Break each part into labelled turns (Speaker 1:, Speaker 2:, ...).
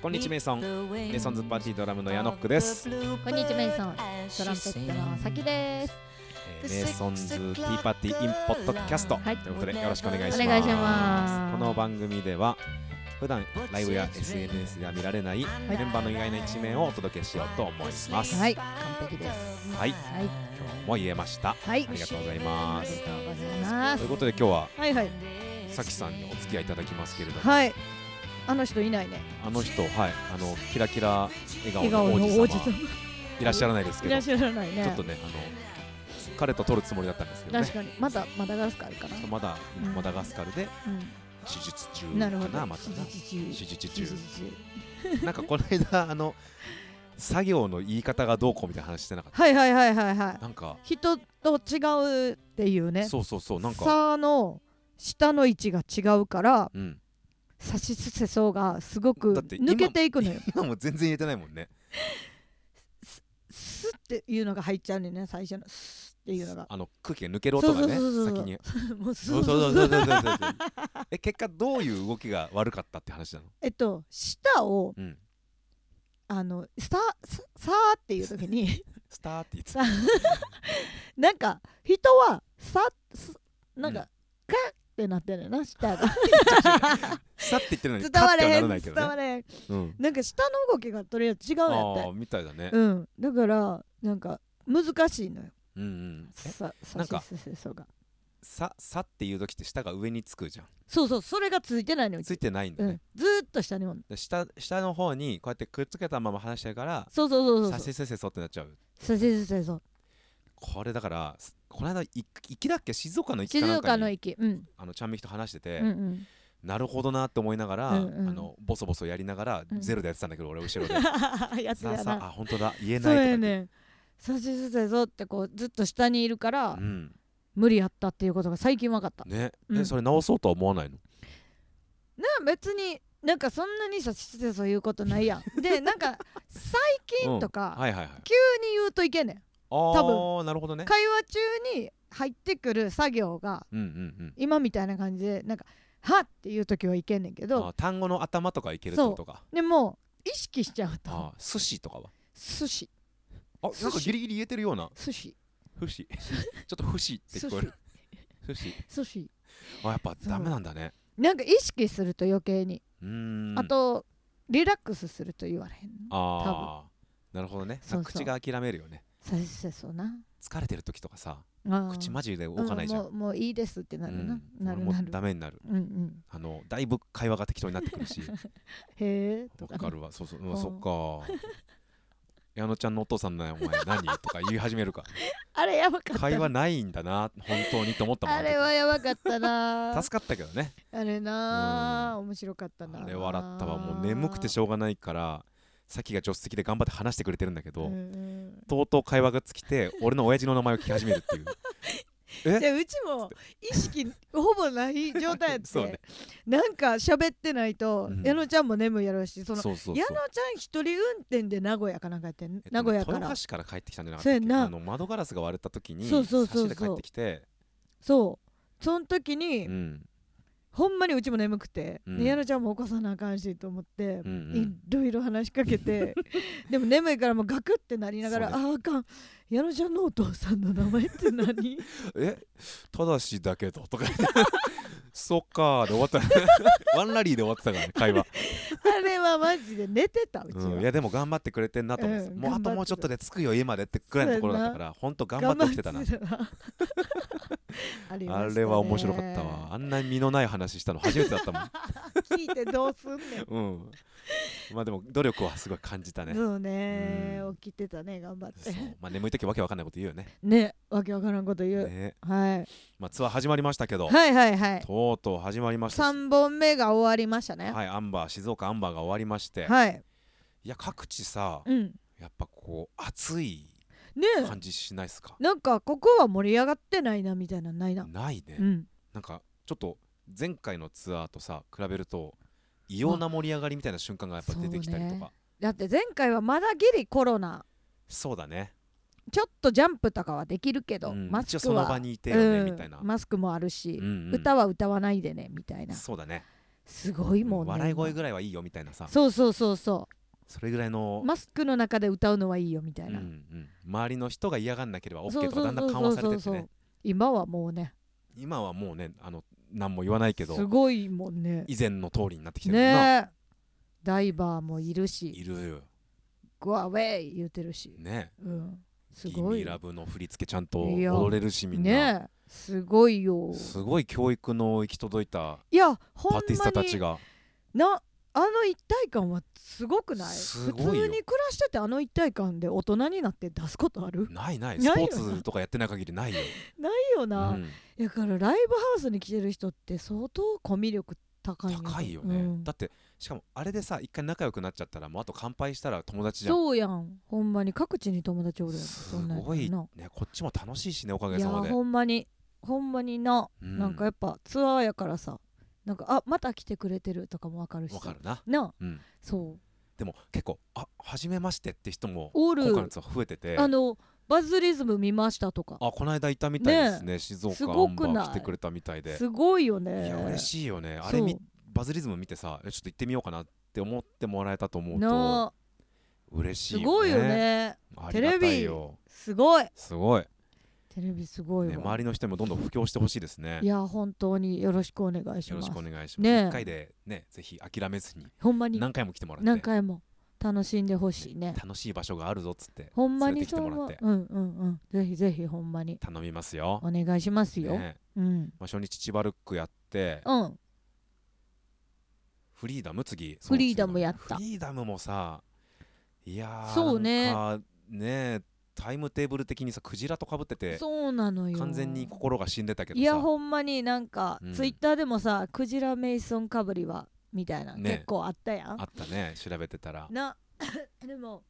Speaker 1: こんにちはメイソンメイソンズパーティードラムのヤノックです、え
Speaker 2: こんにちはメイソントランペットのさきです
Speaker 1: ーメイソンズティーパーティーインポッドキャスト、
Speaker 2: はい
Speaker 1: ということでよろしくお願いします
Speaker 2: お願いします
Speaker 1: この番組では普段ライブや SNS が見られないメンバーの意外な一面をお届けしようと思います
Speaker 2: はい完璧です
Speaker 1: はい
Speaker 2: はい
Speaker 1: もう言えました
Speaker 2: はい
Speaker 1: ありがとうござい
Speaker 2: あ
Speaker 1: ま
Speaker 2: り
Speaker 1: す
Speaker 2: がとうございま
Speaker 1: とい
Speaker 2: す
Speaker 1: うことで今日は
Speaker 2: はいはい
Speaker 1: さきさんにお付き合いいただきますけれども、
Speaker 2: はいあの人いないね
Speaker 1: あの人はいあのキラキラ笑顔
Speaker 2: 笑顔
Speaker 1: の
Speaker 2: の
Speaker 1: 王
Speaker 2: 王
Speaker 1: 子
Speaker 2: 子
Speaker 1: 様
Speaker 2: 様
Speaker 1: いらっしゃらないですけ
Speaker 2: い
Speaker 1: ど
Speaker 2: らっ
Speaker 1: ち
Speaker 2: しゃらないね
Speaker 1: ょっとねあの彼と撮るつもりだったんですけどね
Speaker 2: 確かにまだまだガスカルかな
Speaker 1: まだ
Speaker 2: うん
Speaker 1: マダガスカルで手術中
Speaker 2: うんなるほ
Speaker 1: か
Speaker 2: ど
Speaker 1: なまたな
Speaker 2: 指
Speaker 1: 手
Speaker 2: 示中
Speaker 1: 術中
Speaker 2: 指示中
Speaker 1: なんかこの間あ の作業の言い方がどうこうみたいな話してなかっ
Speaker 2: はいはいはいはい
Speaker 1: た
Speaker 2: は
Speaker 1: なんか
Speaker 2: い人と違うっていうね
Speaker 1: そうそうそうなんか
Speaker 2: さの下の位置が違うから
Speaker 1: うん
Speaker 2: 差しすせそうがすごく
Speaker 1: だって今
Speaker 2: 抜けていくのよ
Speaker 1: 今も全然言えてないもんね
Speaker 2: スっていうのが入っちゃうのよね最初のスっていうのが
Speaker 1: あの空気が抜ける音がね
Speaker 2: そうそうそうそう
Speaker 1: 先に
Speaker 2: もうス
Speaker 1: そうそうそうそうそうそうえ結果どういう動きが悪かったって話なの
Speaker 2: えっと舌を
Speaker 1: うん
Speaker 2: あのさささーっていう時に
Speaker 1: スターって言って
Speaker 2: さなんか人はさすなんか、
Speaker 1: うん
Speaker 2: カッってなってるよな 舌が
Speaker 1: さって言ってるのに
Speaker 2: 伝
Speaker 1: カッ
Speaker 2: わ
Speaker 1: て
Speaker 2: れ
Speaker 1: はな
Speaker 2: へ
Speaker 1: んらないけ
Speaker 2: 伝
Speaker 1: ど
Speaker 2: わ
Speaker 1: ね
Speaker 2: れへん
Speaker 1: うん
Speaker 2: なんか舌の動きがとりあえず違うんやっ
Speaker 1: ああ
Speaker 2: て
Speaker 1: みたいだね
Speaker 2: うんだからなんか難しいのよ
Speaker 1: うんうんえ
Speaker 2: さ
Speaker 1: な
Speaker 2: さ
Speaker 1: んか
Speaker 2: しすせそうが
Speaker 1: ささっていう時って舌が上につくじゃん
Speaker 2: そうそうそれがついてないのよ
Speaker 1: ついてないんだ
Speaker 2: う
Speaker 1: よね
Speaker 2: ん、ずーっと下におんの
Speaker 1: で下下の方にこうやってくっつけたまま話してるから
Speaker 2: そうそうそうそう
Speaker 1: させせせそってなっちゃう
Speaker 2: そうそうそうそう
Speaker 1: これだからすこの間い行きだっけ静岡の行き
Speaker 2: 静
Speaker 1: かなん
Speaker 2: 岡
Speaker 1: か
Speaker 2: の
Speaker 1: に
Speaker 2: 駅うん
Speaker 1: あのちゃんみきと話してて、
Speaker 2: うんうん
Speaker 1: なるほどなって思いながら、
Speaker 2: うんうん
Speaker 1: あのボソボソやりながら、
Speaker 2: うん
Speaker 1: ゼロでやってたんだけど俺 後ろで
Speaker 2: やつ
Speaker 1: さあ
Speaker 2: や
Speaker 1: さ
Speaker 2: な
Speaker 1: ああ本当だ言え
Speaker 2: そ
Speaker 1: な
Speaker 2: う
Speaker 1: いとか言
Speaker 2: や
Speaker 1: って
Speaker 2: ねんさしすせぞってこうずっと下にいるから、
Speaker 1: うん
Speaker 2: 無理やったっていうことが最近分かったね
Speaker 1: ね、
Speaker 2: う
Speaker 1: え
Speaker 2: ん
Speaker 1: それ直そうとは思わないの
Speaker 2: 別になんかそんなにさしすせぞ言うことないや んでなんか最近とか、
Speaker 1: はいはいはい
Speaker 2: 急に言うといけんねん
Speaker 1: ああなるほどね
Speaker 2: 会話中に入ってくる作業が
Speaker 1: うんうん
Speaker 2: 今みたいな感じでなんか「はっ!」っていう時はいけんねんけ
Speaker 1: うんあ
Speaker 2: ど
Speaker 1: ー単語の頭とかいけるってことか
Speaker 2: でも意識しちゃうと
Speaker 1: あー寿司とかは
Speaker 2: 「寿司
Speaker 1: あ
Speaker 2: 寿司
Speaker 1: なんかギリギリ言えてるような
Speaker 2: 寿司
Speaker 1: 不 死ちょっと不死って聞こえる不死
Speaker 2: 寿司
Speaker 1: あやっぱ
Speaker 2: そう
Speaker 1: ダメなんだね
Speaker 2: なんか意識すると余計に、
Speaker 1: うーん
Speaker 2: あとリラックスすると言われへんの
Speaker 1: あーなるほどね
Speaker 2: そうそう
Speaker 1: 口が諦めるよね
Speaker 2: さしせそうな
Speaker 1: 疲れてる時とかさ
Speaker 2: あー
Speaker 1: 口マジで動かないじゃん
Speaker 2: うもうもういいですってなるな、
Speaker 1: うん
Speaker 2: な
Speaker 1: 俺
Speaker 2: る
Speaker 1: も
Speaker 2: なる
Speaker 1: ダメになる
Speaker 2: うんうん
Speaker 1: あのだいぶ会話が適当になってくる し
Speaker 2: へえと
Speaker 1: わか
Speaker 2: か
Speaker 1: るわそうそうう
Speaker 2: うん
Speaker 1: んそっか矢野ちゃんのお父さんのお前何とか言い始める か
Speaker 2: あれやばかった
Speaker 1: 会話ないんだな本当にと思ったもん
Speaker 2: あれはやばかったな
Speaker 1: 助かったけどね
Speaker 2: あれなあ面白かったな
Speaker 1: あれ笑ったわもう眠くてしょうがないからさっきが助手席で頑張って話してくれてるんだけど、
Speaker 2: うんうん
Speaker 1: とうとう会話が尽きて俺の親父の名前を聞き始めるっていうえ
Speaker 2: じゃあうちも意識ほぼない状態やって
Speaker 1: そうね
Speaker 2: なんか喋ってないと、
Speaker 1: うん
Speaker 2: 矢野ちゃんも眠いやろうし その
Speaker 1: そうそうそう
Speaker 2: 矢野ちゃん一人運転で名古屋かなんかやってん、
Speaker 1: えっとね
Speaker 2: 名古屋か
Speaker 1: 豊
Speaker 2: ら
Speaker 1: 橋から帰ってきたんじゃなかったっけ
Speaker 2: そうやんな
Speaker 1: あの窓ガラスが割れた時に
Speaker 2: そうそうそうそう
Speaker 1: 差しで帰ってきて、
Speaker 2: そうその時に、
Speaker 1: うん
Speaker 2: ほんまにうちも眠くて、
Speaker 1: うん
Speaker 2: で矢野ちゃんも起こさなあかんしと思って
Speaker 1: うんう、
Speaker 2: い
Speaker 1: ん、
Speaker 2: ろいろ話しかけ てでも眠いからもうガクってなりながら、
Speaker 1: そ
Speaker 2: あーあかん矢野ちゃんのお父さんの名前っ て何
Speaker 1: えただしだけどとか言って そっかーで終わった ワンラリーで終わってたからね会話、
Speaker 2: あれはマジで寝て たうちは、
Speaker 1: うん、いやでも頑張ってくれてんなと思ってた、
Speaker 2: うん
Speaker 1: もうあ
Speaker 2: 頑張
Speaker 1: と
Speaker 2: って
Speaker 1: もうちょっとで着くよ家までってくらいのところだったからほんと頑張ってきてたな
Speaker 2: 頑張ってたなありました
Speaker 1: あ
Speaker 2: ね
Speaker 1: れは面白かったわあんなに身のない話したの初めてだったもん
Speaker 2: 聞いてどうすんねん
Speaker 1: うん、まあでも努力はすごい感じた ね。
Speaker 2: そうね、
Speaker 1: うん
Speaker 2: 起きてたね頑張っ
Speaker 1: そう
Speaker 2: て
Speaker 1: まあ、眠い時わけわかんないこと言うよね
Speaker 2: ねわけわからんこと言う、
Speaker 1: ね、
Speaker 2: はい、
Speaker 1: まあ、ツアー始まりましたけど、
Speaker 2: はいはいはい
Speaker 1: とうとう始まりましたし
Speaker 2: 3本目が終わりましたねは
Speaker 1: はいアンバー静岡アンバーが終わりまして、
Speaker 2: い、
Speaker 1: い、や各地さ
Speaker 2: うん
Speaker 1: やっぱこう暑い
Speaker 2: ねえ
Speaker 1: 感じしないですか、
Speaker 2: なんかここは盛り上がってないなみたいなのないな、
Speaker 1: ないね、
Speaker 2: うん
Speaker 1: なんかちょっと前回のツアーとさ比べると異様な盛り上がりみたいな瞬間がやっぱ出てきたりとか、
Speaker 2: そうねだって前回はまだギリコロナ
Speaker 1: そうだね、
Speaker 2: ちょっとジャンプとかはできるけど、
Speaker 1: うん
Speaker 2: マ
Speaker 1: 一
Speaker 2: ス
Speaker 1: 応そ
Speaker 2: ク
Speaker 1: の場
Speaker 2: は
Speaker 1: にいてよね、
Speaker 2: うん
Speaker 1: みたいな、
Speaker 2: マスクもあるし
Speaker 1: う、んうん
Speaker 2: 歌は歌わないでねみたいな
Speaker 1: そうだね
Speaker 2: すごいもんね
Speaker 1: 笑い声
Speaker 2: 今
Speaker 1: ぐらいはいいよみたいなさ
Speaker 2: そうそうそうそ
Speaker 1: それぐらいの
Speaker 2: うマスクの中で歌うのはいいよみたい
Speaker 1: うんう
Speaker 2: な、
Speaker 1: ん、周りの人が嫌がんなければ
Speaker 2: そ
Speaker 1: OK
Speaker 2: う
Speaker 1: とか
Speaker 2: そ
Speaker 1: だ
Speaker 2: うん
Speaker 1: だん緩
Speaker 2: そ
Speaker 1: 和
Speaker 2: う
Speaker 1: されて
Speaker 2: そう
Speaker 1: って
Speaker 2: そ
Speaker 1: ね
Speaker 2: う今はもうね
Speaker 1: 今はもうねあの何も言わないけど
Speaker 2: すごいもんね
Speaker 1: 以前の通りになってきてるもんな、
Speaker 2: ねえダイバーもいるし
Speaker 1: いるよ
Speaker 2: ゴアウェイ言うてるし、
Speaker 1: ね
Speaker 2: うん、す
Speaker 1: ギ
Speaker 2: ごい
Speaker 1: ミラブの振り付けちゃんと
Speaker 2: いや
Speaker 1: 踊れるしみんな、
Speaker 2: ねえすごいよ
Speaker 1: すごい教育の行き届いた
Speaker 2: いやほん
Speaker 1: パ
Speaker 2: ま
Speaker 1: ティスタたち
Speaker 2: に
Speaker 1: が
Speaker 2: なあの一体感はすごくない
Speaker 1: すごいよ
Speaker 2: 普通に暮らしててあの一体感で大人になって出すことある
Speaker 1: ないない
Speaker 2: ない
Speaker 1: ス
Speaker 2: よ
Speaker 1: ポーツとかやってない限りないよ、
Speaker 2: ないよ
Speaker 1: う
Speaker 2: な、
Speaker 1: ん、
Speaker 2: だからライブハウスに来てる人って相当コミュ力高いよ
Speaker 1: 高いよね、
Speaker 2: うん
Speaker 1: だってしかもあれでさ一回仲良くなっちゃったらもうあと乾杯したら友達じゃん
Speaker 2: そうやんほんまに各地に友達おるやん
Speaker 1: す
Speaker 2: そんなんや
Speaker 1: ごい
Speaker 2: な
Speaker 1: ねこっちも楽しいしねおかげ
Speaker 2: い
Speaker 1: さ
Speaker 2: や
Speaker 1: まで、
Speaker 2: ほんまにほんまにな、
Speaker 1: う
Speaker 2: なんかやっぱツアーやからさなんかあまた来てくれてるとかもわかるし
Speaker 1: わ
Speaker 2: さ
Speaker 1: かるな、
Speaker 2: な
Speaker 1: うん、
Speaker 2: そう
Speaker 1: でも結構あ初めましてって人も
Speaker 2: おる
Speaker 1: 今回のツアー増えてて
Speaker 2: あのバズリズム見ましたとか
Speaker 1: あこの間いたみたいですね静岡
Speaker 2: すごく
Speaker 1: アンバー
Speaker 2: ない
Speaker 1: 来てくれたみたいです
Speaker 2: ごいよ
Speaker 1: い
Speaker 2: ね
Speaker 1: や嬉
Speaker 2: い
Speaker 1: しいよねあれみバズリズム見てさえちょっと行ってみようかなって思ってもらえたと思うと
Speaker 2: なあ
Speaker 1: 嬉しい
Speaker 2: すごいよね
Speaker 1: ありがたいよ
Speaker 2: すごい
Speaker 1: すごい、
Speaker 2: テレビすごい
Speaker 1: ね、
Speaker 2: わ、
Speaker 1: 周りの人にもどんどん布教してほしいですね
Speaker 2: いや本当によろしくお願いし
Speaker 1: よろ
Speaker 2: ま
Speaker 1: し
Speaker 2: す
Speaker 1: くお願いします、
Speaker 2: ねえ
Speaker 1: 1回でねぜひ諦めずに
Speaker 2: ほんまに
Speaker 1: 何回も来てもらって
Speaker 2: 何回も楽しんでほしいね
Speaker 1: 楽しい場所があるぞっつって
Speaker 2: ほんま
Speaker 1: 連
Speaker 2: に
Speaker 1: れてきて
Speaker 2: そ
Speaker 1: も
Speaker 2: う
Speaker 1: ら
Speaker 2: 思
Speaker 1: っ
Speaker 2: う
Speaker 1: て
Speaker 2: うんうんうんぜひぜひほんまに
Speaker 1: 頼みますよ、
Speaker 2: お願いしますよ、
Speaker 1: ね
Speaker 2: うん
Speaker 1: まあ、初日千葉ルックやって
Speaker 2: うん
Speaker 1: フリーダム次
Speaker 2: フリーダムやった
Speaker 1: フリーダムもさいやー
Speaker 2: そうね
Speaker 1: なんかねタイムテーブル的にさクジラとかぶってて
Speaker 2: そうなのよ
Speaker 1: 完全に心が死んでたけどさ
Speaker 2: いやほんまになんか、
Speaker 1: うん
Speaker 2: ツイッターでもさクジラメイソンかぶりはみたいな、
Speaker 1: ね
Speaker 2: 結構あったやん
Speaker 1: あったね調べてたら
Speaker 2: な でも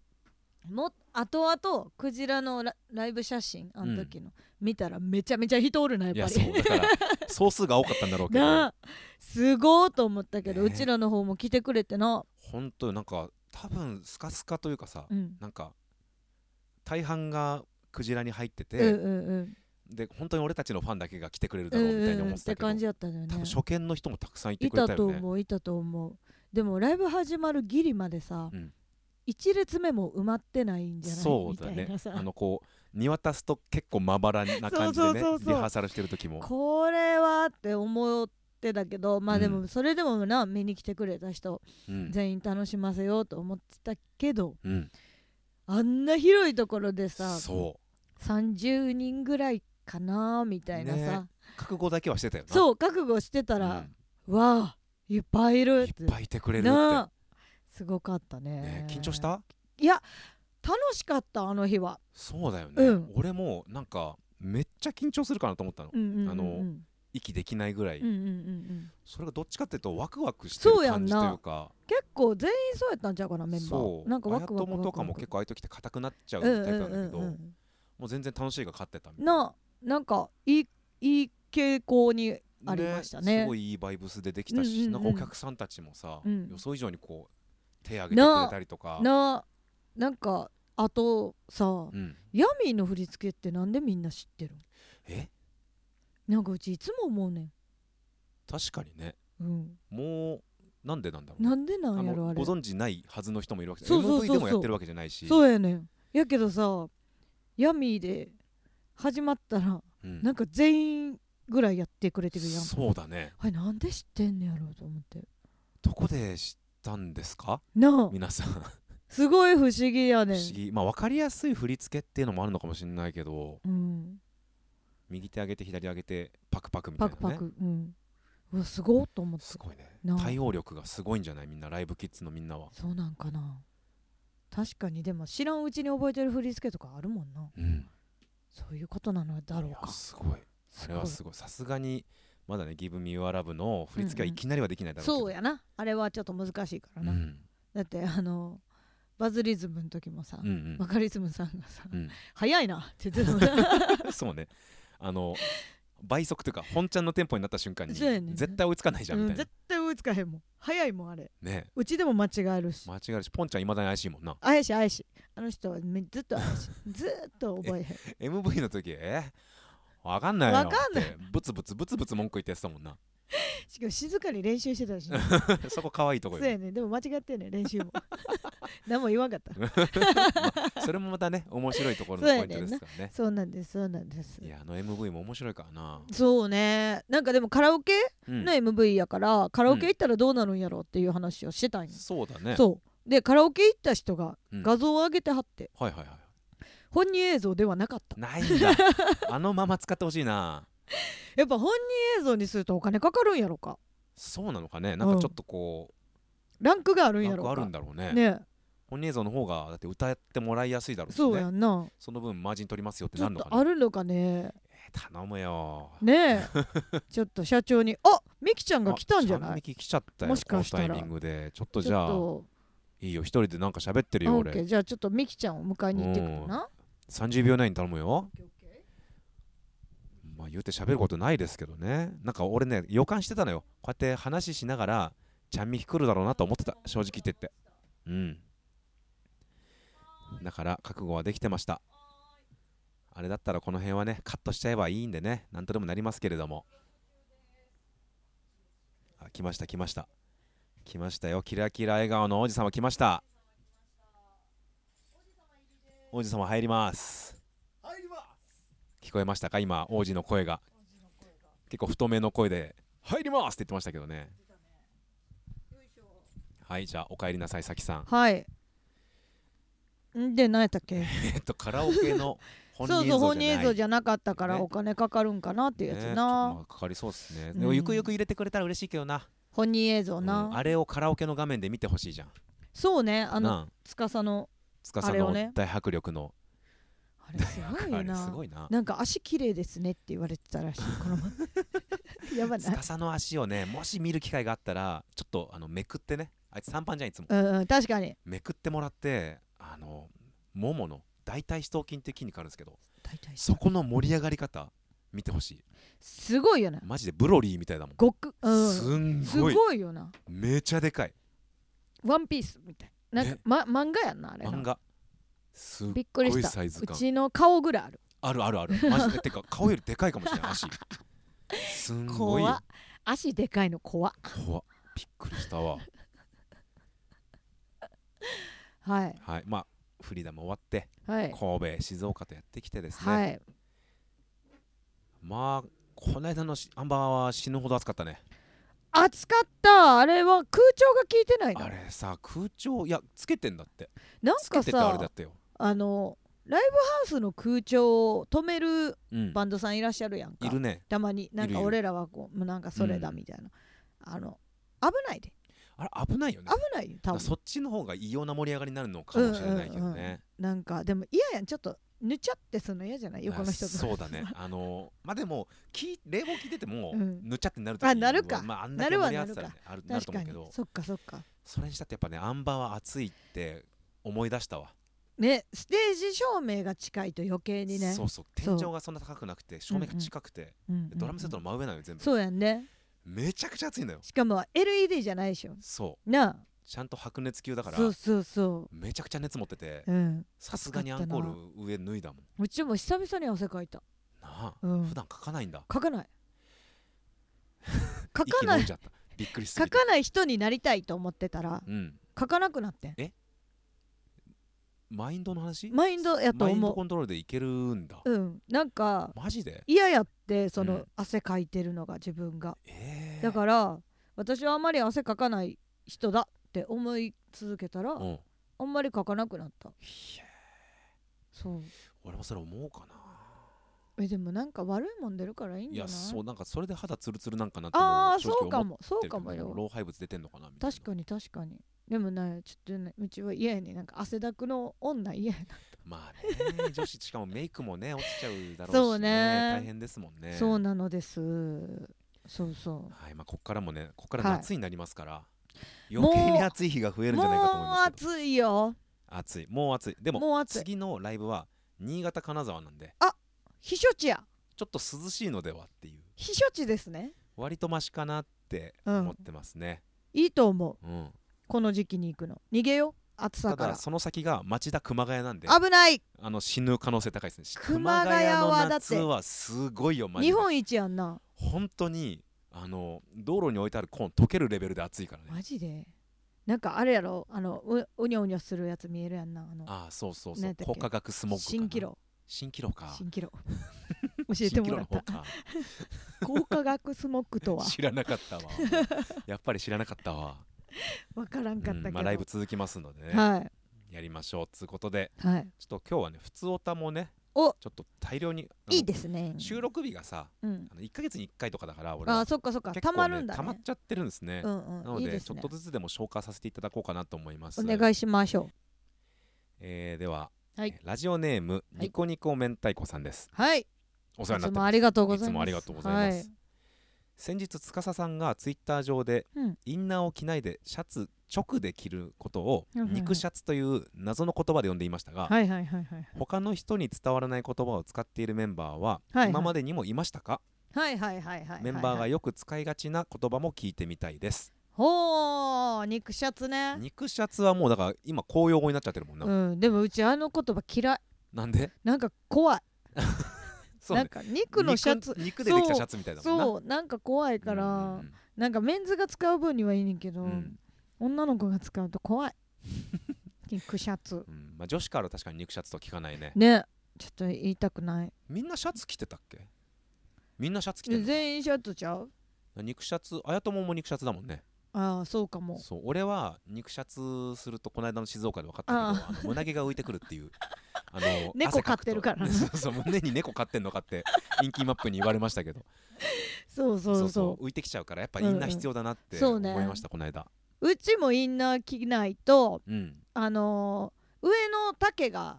Speaker 2: も後々クジラのラライブ写真あの時の、見たらめちゃめちゃ人おるなや
Speaker 1: い
Speaker 2: っぱ
Speaker 1: や
Speaker 2: り
Speaker 1: そうだ から総数が多かったんだろうけど
Speaker 2: なあすごーと思ったけど、
Speaker 1: ねえ
Speaker 2: うちらの方も来てくれてな、
Speaker 1: 本当なんか多分スカスカというかさ、
Speaker 2: うん、
Speaker 1: なんか大半がクジラに入って
Speaker 2: うんう
Speaker 1: て、
Speaker 2: んうん
Speaker 1: で本当に俺たちのファンだけが来てくれるだ
Speaker 2: う
Speaker 1: ろ
Speaker 2: ん
Speaker 1: うみたいに
Speaker 2: うん
Speaker 1: 思っ
Speaker 2: っ
Speaker 1: てた
Speaker 2: て
Speaker 1: けど、
Speaker 2: 感じやったのよね
Speaker 1: 多分初見の人もたくさんいて
Speaker 2: い
Speaker 1: くれ
Speaker 2: た
Speaker 1: たよ
Speaker 2: と
Speaker 1: ね
Speaker 2: 思ういたと思うでもライブ始まるギリまでさ、
Speaker 1: うん
Speaker 2: 一列目も埋まってないんじゃない
Speaker 1: そう
Speaker 2: み
Speaker 1: だ
Speaker 2: た
Speaker 1: ね
Speaker 2: いなさ
Speaker 1: あのこう見渡すと結構まばらな感じでね
Speaker 2: そうそうそうそう
Speaker 1: リハーサルしてる時も
Speaker 2: これはって思ってたけどまあで
Speaker 1: う
Speaker 2: もそれでもな、見に来てくれた人
Speaker 1: うん、
Speaker 2: 全員楽しませようと思ってたけど
Speaker 1: うん、
Speaker 2: あんな広いところでさ
Speaker 1: そ
Speaker 2: 30人ぐらいかなみたいなさ、
Speaker 1: ねう覚悟だけはしてたよなう
Speaker 2: そう覚悟してたら、わあいっぱいい
Speaker 1: ん
Speaker 2: る
Speaker 1: いっぱいいてくれるって、
Speaker 2: なあすごかったね
Speaker 1: ね、緊張した
Speaker 2: いや楽しかったあの日は、
Speaker 1: そうだよね、
Speaker 2: うん
Speaker 1: 俺もなんかめっちゃ緊張するかなと思ったの、
Speaker 2: うんうんうんうん、
Speaker 1: あの息できないぐらい、
Speaker 2: うんうんうんうん
Speaker 1: それがどっちかっていうとワクワクしてる
Speaker 2: そうや
Speaker 1: 感
Speaker 2: ん
Speaker 1: じ
Speaker 2: な
Speaker 1: というか
Speaker 2: 結構全員そうやったんちゃうかなメンバ
Speaker 1: そ
Speaker 2: ー
Speaker 1: う
Speaker 2: なんかワクワ
Speaker 1: あやとも
Speaker 2: ク
Speaker 1: とかも結構ああいう時って硬くなっちゃうタ
Speaker 2: う
Speaker 1: イ
Speaker 2: んうん
Speaker 1: プなんだけ
Speaker 2: う
Speaker 1: ど、
Speaker 2: んうん
Speaker 1: もう全然楽しいが勝ってたみたいな
Speaker 2: ななんかいいいい傾向にありましたね
Speaker 1: すごいいいバイブスでできたし、
Speaker 2: うんうんうん
Speaker 1: なんかお客さんたちもさ、
Speaker 2: うん
Speaker 1: 予想以上にこう手挙げてくれたりとか、
Speaker 2: ななんかあとさ
Speaker 1: うん、
Speaker 2: ヤミーの振り付けってなんでみんな知ってるん
Speaker 1: え
Speaker 2: なんかうちいつも思うねん、
Speaker 1: 確かにね
Speaker 2: うん、
Speaker 1: もうなんでなんだろうね
Speaker 2: なんでな
Speaker 1: あ
Speaker 2: んやろ
Speaker 1: の
Speaker 2: あ
Speaker 1: ご
Speaker 2: れ
Speaker 1: 存知ないはずの人もいるわけで
Speaker 2: そうそうそうそう
Speaker 1: MV でもやってるわけじゃないし
Speaker 2: そうやねんやけどさヤミーで始まったら
Speaker 1: うん
Speaker 2: なんか全員ぐらいやってくれてるやん
Speaker 1: そうだね
Speaker 2: はいなんで知ってんねやろうと思って
Speaker 1: どこで知ったんですか
Speaker 2: なあ
Speaker 1: 皆さん不
Speaker 2: すごい不思議やねん
Speaker 1: 思議まあ分かりやすい振り付けっていうのもあるのかもしれないけど
Speaker 2: うん、
Speaker 1: 右手上げて左上げてパクパクみたい
Speaker 2: パ
Speaker 1: なね
Speaker 2: クパク、うんうわすごっと思って
Speaker 1: すごいね
Speaker 2: なあ
Speaker 1: 対応力がすごいんじゃないみんなライブキッズのみんなは
Speaker 2: そうなんかな確かにでも知らんうちに覚えてる振り付けとかあるもんな
Speaker 1: うん
Speaker 2: そういうことなのだろ
Speaker 1: いうや
Speaker 2: か
Speaker 1: すごいあれはすごいさすがにまだね「Give Me Your Love」の振り付けはいきなりはできないだろうけど
Speaker 2: そうやなあれはちょっと難しいから
Speaker 1: うん
Speaker 2: な、だってあのバズリズムの時もさ、
Speaker 1: うんうん
Speaker 2: バカリズムさんがさ「
Speaker 1: うん
Speaker 2: 早 いな」って言ってたもんな
Speaker 1: そうねあの倍速というか本ちゃんのテンポになった瞬間に
Speaker 2: そうやねん
Speaker 1: 絶対追いつかないじゃん
Speaker 2: う
Speaker 1: み
Speaker 2: ん
Speaker 1: たいな
Speaker 2: 絶対追いつかへんもん早いもんあれ
Speaker 1: ね
Speaker 2: うちでも間違えるし
Speaker 1: 間違えるしポンちゃんいまだに怪しいもんな
Speaker 2: あやしあやしあの人はめずっとあやしずーっと覚え へん
Speaker 1: MV の時えわかんないよ
Speaker 2: わかんない
Speaker 1: ってブツブツブツブツ文句言ってやってたもんな
Speaker 2: しかも静かに練習してたしね、
Speaker 1: そこ可愛いとこ
Speaker 2: そ
Speaker 1: よ
Speaker 2: うやねでも間違ってんね 練習も何も言わんかった
Speaker 1: それもまたね面白いところの
Speaker 2: そう
Speaker 1: ポイ
Speaker 2: や
Speaker 1: ント
Speaker 2: ねんな
Speaker 1: ですからね
Speaker 2: そうなんですそうなんです
Speaker 1: いやあの MV も面白いからな、
Speaker 2: そうねなんかでもカラオケ
Speaker 1: うん
Speaker 2: の MV やから、カラオケ行ったらどうなるんやろうっていう話をしてたんや、
Speaker 1: そうだね
Speaker 2: そうでカラオケ行った人が
Speaker 1: うん
Speaker 2: 画像を上げてはって、
Speaker 1: はいはいは
Speaker 2: 本人映像ではなかった
Speaker 1: いないんだ あのまま使ってほしいな
Speaker 2: やっぱ本人映像にするとお金かかるんやろか
Speaker 1: そうなのかねなんかちょっとこ
Speaker 2: ランクがあ
Speaker 1: う、
Speaker 2: るん
Speaker 1: な
Speaker 2: や
Speaker 1: ん
Speaker 2: ろ
Speaker 1: か
Speaker 2: か
Speaker 1: あるんだろうね
Speaker 2: ね
Speaker 1: 本人映像の方がだって歌ってもらいやすいだろうし
Speaker 2: そう
Speaker 1: ね
Speaker 2: やんな、
Speaker 1: その分マージン取りますよって
Speaker 2: ち
Speaker 1: な
Speaker 2: ょっ
Speaker 1: るの
Speaker 2: と
Speaker 1: か
Speaker 2: あ
Speaker 1: な
Speaker 2: るのかね
Speaker 1: えー頼むよ
Speaker 2: ね えちょっと社長にあミキちゃんが来たんじゃ
Speaker 1: あちゃ
Speaker 2: ない
Speaker 1: みき来ちゃったよ
Speaker 2: もしかしたら
Speaker 1: このタイミングでちょっと
Speaker 2: ち
Speaker 1: じ
Speaker 2: ょ
Speaker 1: ゃ
Speaker 2: っ
Speaker 1: あ
Speaker 2: と
Speaker 1: いいよ一人でなんか喋ってる
Speaker 2: あ
Speaker 1: よ
Speaker 2: オッケ
Speaker 1: 俺
Speaker 2: ーじゃあちょっとミキちゃんを迎えに行ってくるな
Speaker 1: 30秒以内に頼むよまあ言うて喋ることないですけどねなんか俺ね予感してたのよこうやって話しながらちゃんみき来るだろうなと思ってた正直言ってってうんだから覚悟はできてましたあれだったらこの辺はねカットしちゃえばいいんでねなんとでもなりますけれどもあ来ました来ました来ましたよキラキラ笑顔の王子様来ました王子様入ります
Speaker 3: 入りま
Speaker 1: 聞こえましたか今王子の声が結構太めの声で「入ります!」って言ってましたけどねはいじゃあお帰りなさいさきさん
Speaker 2: はいんで何やったっけ
Speaker 1: えっとカラオケの本
Speaker 2: そう
Speaker 1: 人映
Speaker 2: そう
Speaker 1: 像
Speaker 2: 本
Speaker 1: じ
Speaker 2: 人
Speaker 1: ゃ
Speaker 2: 映
Speaker 1: ない
Speaker 2: 像じゃなかったか
Speaker 1: ね
Speaker 2: らお金かかるんかなっていうや
Speaker 1: ねちょ
Speaker 2: つ
Speaker 1: っと
Speaker 2: な、
Speaker 1: まあかかりそうですね、
Speaker 2: うん
Speaker 1: でもゆくゆく入れてくれたら嬉しいけどな、
Speaker 2: 本人映像な、
Speaker 1: うんあれをカラオケの画面で見てほしいじゃん
Speaker 2: そうねあの
Speaker 1: なあ
Speaker 2: 司の
Speaker 1: 司
Speaker 2: あれを
Speaker 1: の
Speaker 2: ね
Speaker 1: 大迫力の
Speaker 2: あれすごい
Speaker 1: あ
Speaker 2: な
Speaker 1: れすごいな
Speaker 2: なんか足綺麗ですねって言われてたらしいこの 前やばない
Speaker 1: 司の足をねもし見る機会があったらちょっとあのめくってねあいつ短パンじゃんいつも
Speaker 2: うんうん確かに
Speaker 1: めくってもらってあのももの大腿四頭筋っていう筋肉あるんですけど
Speaker 2: 大体
Speaker 1: そこの盛り上がり方見てほしい
Speaker 2: すごいよな
Speaker 1: マジでブロリーみたいだもん、
Speaker 2: 極うん
Speaker 1: すん
Speaker 2: す
Speaker 1: ごい
Speaker 2: ごいよな
Speaker 1: めちゃでかい
Speaker 2: ワンピースみたいななんか
Speaker 1: ね、
Speaker 2: ま、漫画やんなあれな
Speaker 1: 漫画すっ
Speaker 2: びっ
Speaker 1: ご
Speaker 2: くり
Speaker 1: い
Speaker 2: した
Speaker 1: サイズ
Speaker 2: う
Speaker 1: 感
Speaker 2: ちの顔ぐらいある
Speaker 1: あるあ るあるマジでてか顔よりでかいかもしれない足すんごい
Speaker 2: 怖
Speaker 1: よ
Speaker 2: っ足でかいの怖っ
Speaker 1: 怖っびっくりしたわ
Speaker 2: はい
Speaker 1: はいまあフリーダム終わって
Speaker 2: はい
Speaker 1: 神戸静岡とやってきてですね、
Speaker 2: はい
Speaker 1: まあこの間のしあんばーは死ぬほど暑かったね
Speaker 2: 暑かったあれは空調が効いてない
Speaker 1: あ
Speaker 2: な
Speaker 1: れさ空調いやつけてんだって
Speaker 2: なん
Speaker 1: つけ
Speaker 2: か
Speaker 1: ててあれだ
Speaker 2: さ
Speaker 1: ったよ
Speaker 2: あのライブハウスの空調を止める
Speaker 1: うん
Speaker 2: バンドさんいらっしゃるやんか
Speaker 1: いるね
Speaker 2: たまになん
Speaker 1: いる
Speaker 2: か
Speaker 1: いる
Speaker 2: 俺らはこうなんかそれだ
Speaker 1: うん
Speaker 2: みたいな、あの危ないで
Speaker 1: あれ危ないよね
Speaker 2: 危ないよ多分
Speaker 1: そっちの方が異様な盛り上がりになるのかもしれないけどね、
Speaker 2: うんうんうんなんかでも嫌やんちょっとぬちゃってすんの嫌じゃない横の人
Speaker 1: あ
Speaker 2: と
Speaker 1: そう だねあのまあでもき冷房聞いてても、
Speaker 2: うん
Speaker 1: ぬちゃってなる
Speaker 2: あなるか
Speaker 1: まあ、あんだけ
Speaker 2: な
Speaker 1: 盛
Speaker 2: るわ
Speaker 1: り上がってたら、ね、あるなると思
Speaker 2: 確か
Speaker 1: う
Speaker 2: に
Speaker 1: けど
Speaker 2: そっかそっか
Speaker 1: それにしたってやっぱねあんばは暑いって思い出したわ、
Speaker 2: ねステージ照明が近いと余計にね
Speaker 1: そうそう
Speaker 2: そ
Speaker 1: 天
Speaker 2: う
Speaker 1: 井がそんな高くなくて照明が近くて、
Speaker 2: うんうんうん
Speaker 1: でドラムセットの真上なのよ全部
Speaker 2: そうやんね
Speaker 1: めちゃくちゃ暑いのよ
Speaker 2: しかも LED じゃないでしょ
Speaker 1: そう
Speaker 2: な
Speaker 1: ちゃんと白熱球だ
Speaker 2: あ
Speaker 1: から
Speaker 2: そうそうそ
Speaker 1: めちゃくちゃ熱持ってて
Speaker 2: ううん
Speaker 1: さすがにアンコール上脱いだもん
Speaker 2: うちも久々に汗かいた
Speaker 1: なあ、
Speaker 2: うん
Speaker 1: 普段書かない んだ
Speaker 2: 書かない書か
Speaker 1: 息
Speaker 2: な
Speaker 1: 飲ん
Speaker 2: い
Speaker 1: じゃったびっくりしす
Speaker 2: 書
Speaker 1: ぎて
Speaker 2: かない人になりたいと思ってたら
Speaker 1: うん
Speaker 2: 書かなくなってん
Speaker 1: マインドの話
Speaker 2: マインドやと
Speaker 1: マインド
Speaker 2: 思
Speaker 1: コントロールでいけるんだ、
Speaker 2: ううんなんか
Speaker 1: マジで
Speaker 2: 嫌やってその、
Speaker 1: うん
Speaker 2: 汗かいてるのが自分が
Speaker 1: えー、
Speaker 2: だから私はあまり汗かかない人だって思い続けたら
Speaker 1: うんいや
Speaker 2: あんまりかかなくなったそう
Speaker 1: 俺もそれ思うかな
Speaker 2: えでもなんか悪いもん出るからいいん
Speaker 1: い
Speaker 2: じゃ
Speaker 1: や
Speaker 2: ない
Speaker 1: そうなんかそれで肌ツルツルなんかなって
Speaker 2: ああ
Speaker 1: 正
Speaker 2: そう
Speaker 1: 直
Speaker 2: か
Speaker 1: 思っ
Speaker 2: もそ
Speaker 1: てる
Speaker 2: う
Speaker 1: け
Speaker 2: か
Speaker 1: ど
Speaker 2: もよ
Speaker 1: 老廃物出てんのかなみたいな
Speaker 2: 確かに確かにでもねちょっとねうちは嫌やねなんか汗だくの女嫌や
Speaker 1: まあね女子しかもメイクもね落ちちゃうだろうし、ね、
Speaker 2: そうね
Speaker 1: 大変ですもんね
Speaker 2: なそうなのですそうそ
Speaker 1: はいまあこっからもねこっから
Speaker 2: はい
Speaker 1: 夏になりますから、余計に
Speaker 2: もう
Speaker 1: 暑い日が増え
Speaker 2: う
Speaker 1: るん
Speaker 2: も
Speaker 1: じ
Speaker 2: う
Speaker 1: ゃないかと思いますけど
Speaker 2: 暑いよ
Speaker 1: 暑いもう暑いでも
Speaker 2: もう暑い
Speaker 1: 次のライブは新潟金沢なんで
Speaker 2: 避暑地や
Speaker 1: ちょっと涼しいのではっていう
Speaker 2: 避暑地ですね
Speaker 1: 割とマシかなって思ってますね、
Speaker 2: いいと思う
Speaker 1: うん、
Speaker 2: この時期に行くの逃げよう暑さ
Speaker 1: た
Speaker 2: から
Speaker 1: だその先が町田熊谷なんで
Speaker 2: 危ない
Speaker 1: あの死ぬ可能性高いですね
Speaker 2: 熊谷は
Speaker 1: 熊谷の
Speaker 2: だっ
Speaker 1: 夏
Speaker 2: て
Speaker 1: はすごいよマジ
Speaker 2: 日
Speaker 1: で
Speaker 2: 本一やんな
Speaker 1: 本当にああの道路に置いてあるコーン溶けるレベルで熱いからね
Speaker 2: マジでなんかあれやろあのううにょうにょするやつ見えるやんなあの
Speaker 1: ああそうそうそ
Speaker 2: なん
Speaker 1: う
Speaker 2: だっけ
Speaker 1: 高化学スモークかな
Speaker 2: 蜃気楼
Speaker 1: 蜃気楼か
Speaker 2: 蜃気楼 教えてもら
Speaker 1: 蜃気楼の
Speaker 2: っ
Speaker 1: 方
Speaker 2: た
Speaker 1: か
Speaker 2: 高化学スモックとは
Speaker 1: 知らなかった わやっぱり知らなかったわ
Speaker 2: わからんかったけど、
Speaker 1: うんまあ、ライブ続きますのでね、
Speaker 2: はい
Speaker 1: やりましょうつうことで
Speaker 2: はい
Speaker 1: ちょっと今日はね普通オタもね
Speaker 2: お
Speaker 1: ちょっと大量にあの
Speaker 2: いいですね
Speaker 1: 収録日がさ
Speaker 2: うん
Speaker 1: あの1か月に1回とかだから俺
Speaker 2: あ
Speaker 1: は
Speaker 2: ーそっかそっか
Speaker 1: 結
Speaker 2: たま
Speaker 1: 構
Speaker 2: るん
Speaker 1: ね
Speaker 2: だ
Speaker 1: 溜まっ
Speaker 2: ね
Speaker 1: ちゃってるんですね
Speaker 2: う
Speaker 1: なん
Speaker 2: うん
Speaker 1: の
Speaker 2: いい
Speaker 1: で
Speaker 2: です
Speaker 1: ちょっ
Speaker 2: ね
Speaker 1: とずつでも紹介させていただこうかなと思います
Speaker 2: お願いしましょ
Speaker 1: えーでは、
Speaker 2: はい
Speaker 1: えーラジオネーム
Speaker 2: はい
Speaker 1: ニコニコ明太子さんです、
Speaker 2: うはいい
Speaker 1: お世話にな
Speaker 2: つ
Speaker 1: って
Speaker 2: も
Speaker 1: ま
Speaker 2: あ
Speaker 1: す
Speaker 2: りがとうご
Speaker 1: い
Speaker 2: ざいます
Speaker 1: つもありがとうございます先日司さんがツイッター上で
Speaker 2: はいうん
Speaker 1: インナーを着ないでシャツ直で着ることを
Speaker 2: うんうんうん
Speaker 1: 肉シャツという謎の言葉で呼んでいましたが、
Speaker 2: はいはいはいはい
Speaker 1: 他の人に伝わらない言葉を使っているメンバーは
Speaker 2: はいはい
Speaker 1: 今までにもいましたか、
Speaker 2: はいはいはいはい
Speaker 1: メンバーが
Speaker 2: よ
Speaker 1: よく使いがちな言葉も聞いてみたいです、
Speaker 2: ほー肉シャツね
Speaker 1: 肉シャツはもうだから今公用語になっちゃってるもんな、
Speaker 2: うんでもうちあの言葉嫌い
Speaker 1: なんで
Speaker 2: なんか怖い
Speaker 1: そう
Speaker 2: な
Speaker 1: ね
Speaker 2: んか肉のシャツ
Speaker 1: 肉肉でできたシャツみたいだもんな
Speaker 2: そうなんか怖いから、
Speaker 1: うん
Speaker 2: なんかメンズが使う分にはいいねんけど、
Speaker 1: うんうん
Speaker 2: 女の子が使うと 怖い肉シャツ
Speaker 1: うんまあ、女子からは確かに肉シャツと聞かないね
Speaker 2: ねちょっと言いたくない
Speaker 1: みんなシャツ着てたっけみんなシャツ着てる
Speaker 2: 全員シャツちゃう
Speaker 1: 肉シャツあやともも肉シャツだもんね
Speaker 2: ああそうかも
Speaker 1: そう俺は肉シャツするとこの間の静岡で分かったけど
Speaker 2: あ
Speaker 1: あの胸毛が浮いてくるっていうあの
Speaker 2: 猫
Speaker 1: 汗かくと
Speaker 2: 飼ってるからな
Speaker 1: そうそう胸に猫飼ってんのかってインキーマップに言われましたけど
Speaker 2: そうそうそうう
Speaker 1: 浮いてきちゃうからやっぱインナー必要だなって
Speaker 2: うんうんそ
Speaker 1: 思
Speaker 2: うね
Speaker 1: いました、この間
Speaker 2: ちもインナー着ないと
Speaker 1: うん
Speaker 2: あのー上の丈が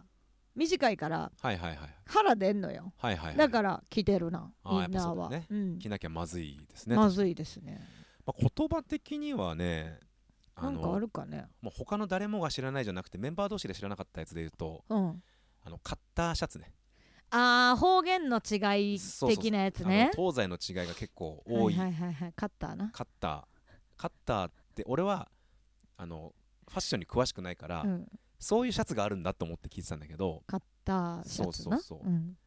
Speaker 2: 短いから
Speaker 1: はいはいはい
Speaker 2: 腹出んのよ
Speaker 1: はいはい、はい、
Speaker 2: だから着てるな
Speaker 1: あ
Speaker 2: イ
Speaker 1: ーやっ
Speaker 2: ン
Speaker 1: ぱ
Speaker 2: ナー
Speaker 1: そうだ
Speaker 2: は
Speaker 1: ね
Speaker 2: うん
Speaker 1: 着なきゃまずいですね、
Speaker 2: まずいですね
Speaker 1: まあ言葉的にはね
Speaker 2: な
Speaker 1: あ
Speaker 2: んかあ
Speaker 1: の
Speaker 2: るかね
Speaker 1: もう他の誰もが知らないじゃなくてメンバー同士で知らなかったやつで言うと
Speaker 2: うん
Speaker 1: あのカッターシャツね
Speaker 2: あー方言の違い
Speaker 1: そうそうそう
Speaker 2: 的なやつ
Speaker 1: あ
Speaker 2: ね
Speaker 1: の東西の違いが結構多い
Speaker 2: はいはいはいはいカッターな
Speaker 1: カッターカッターって俺はあのファッションに詳しくないから、
Speaker 2: うん
Speaker 1: そういうシャツがあるんだと思って聞いてたんだけど
Speaker 2: カッターシャツな
Speaker 1: そうそうそう
Speaker 2: うん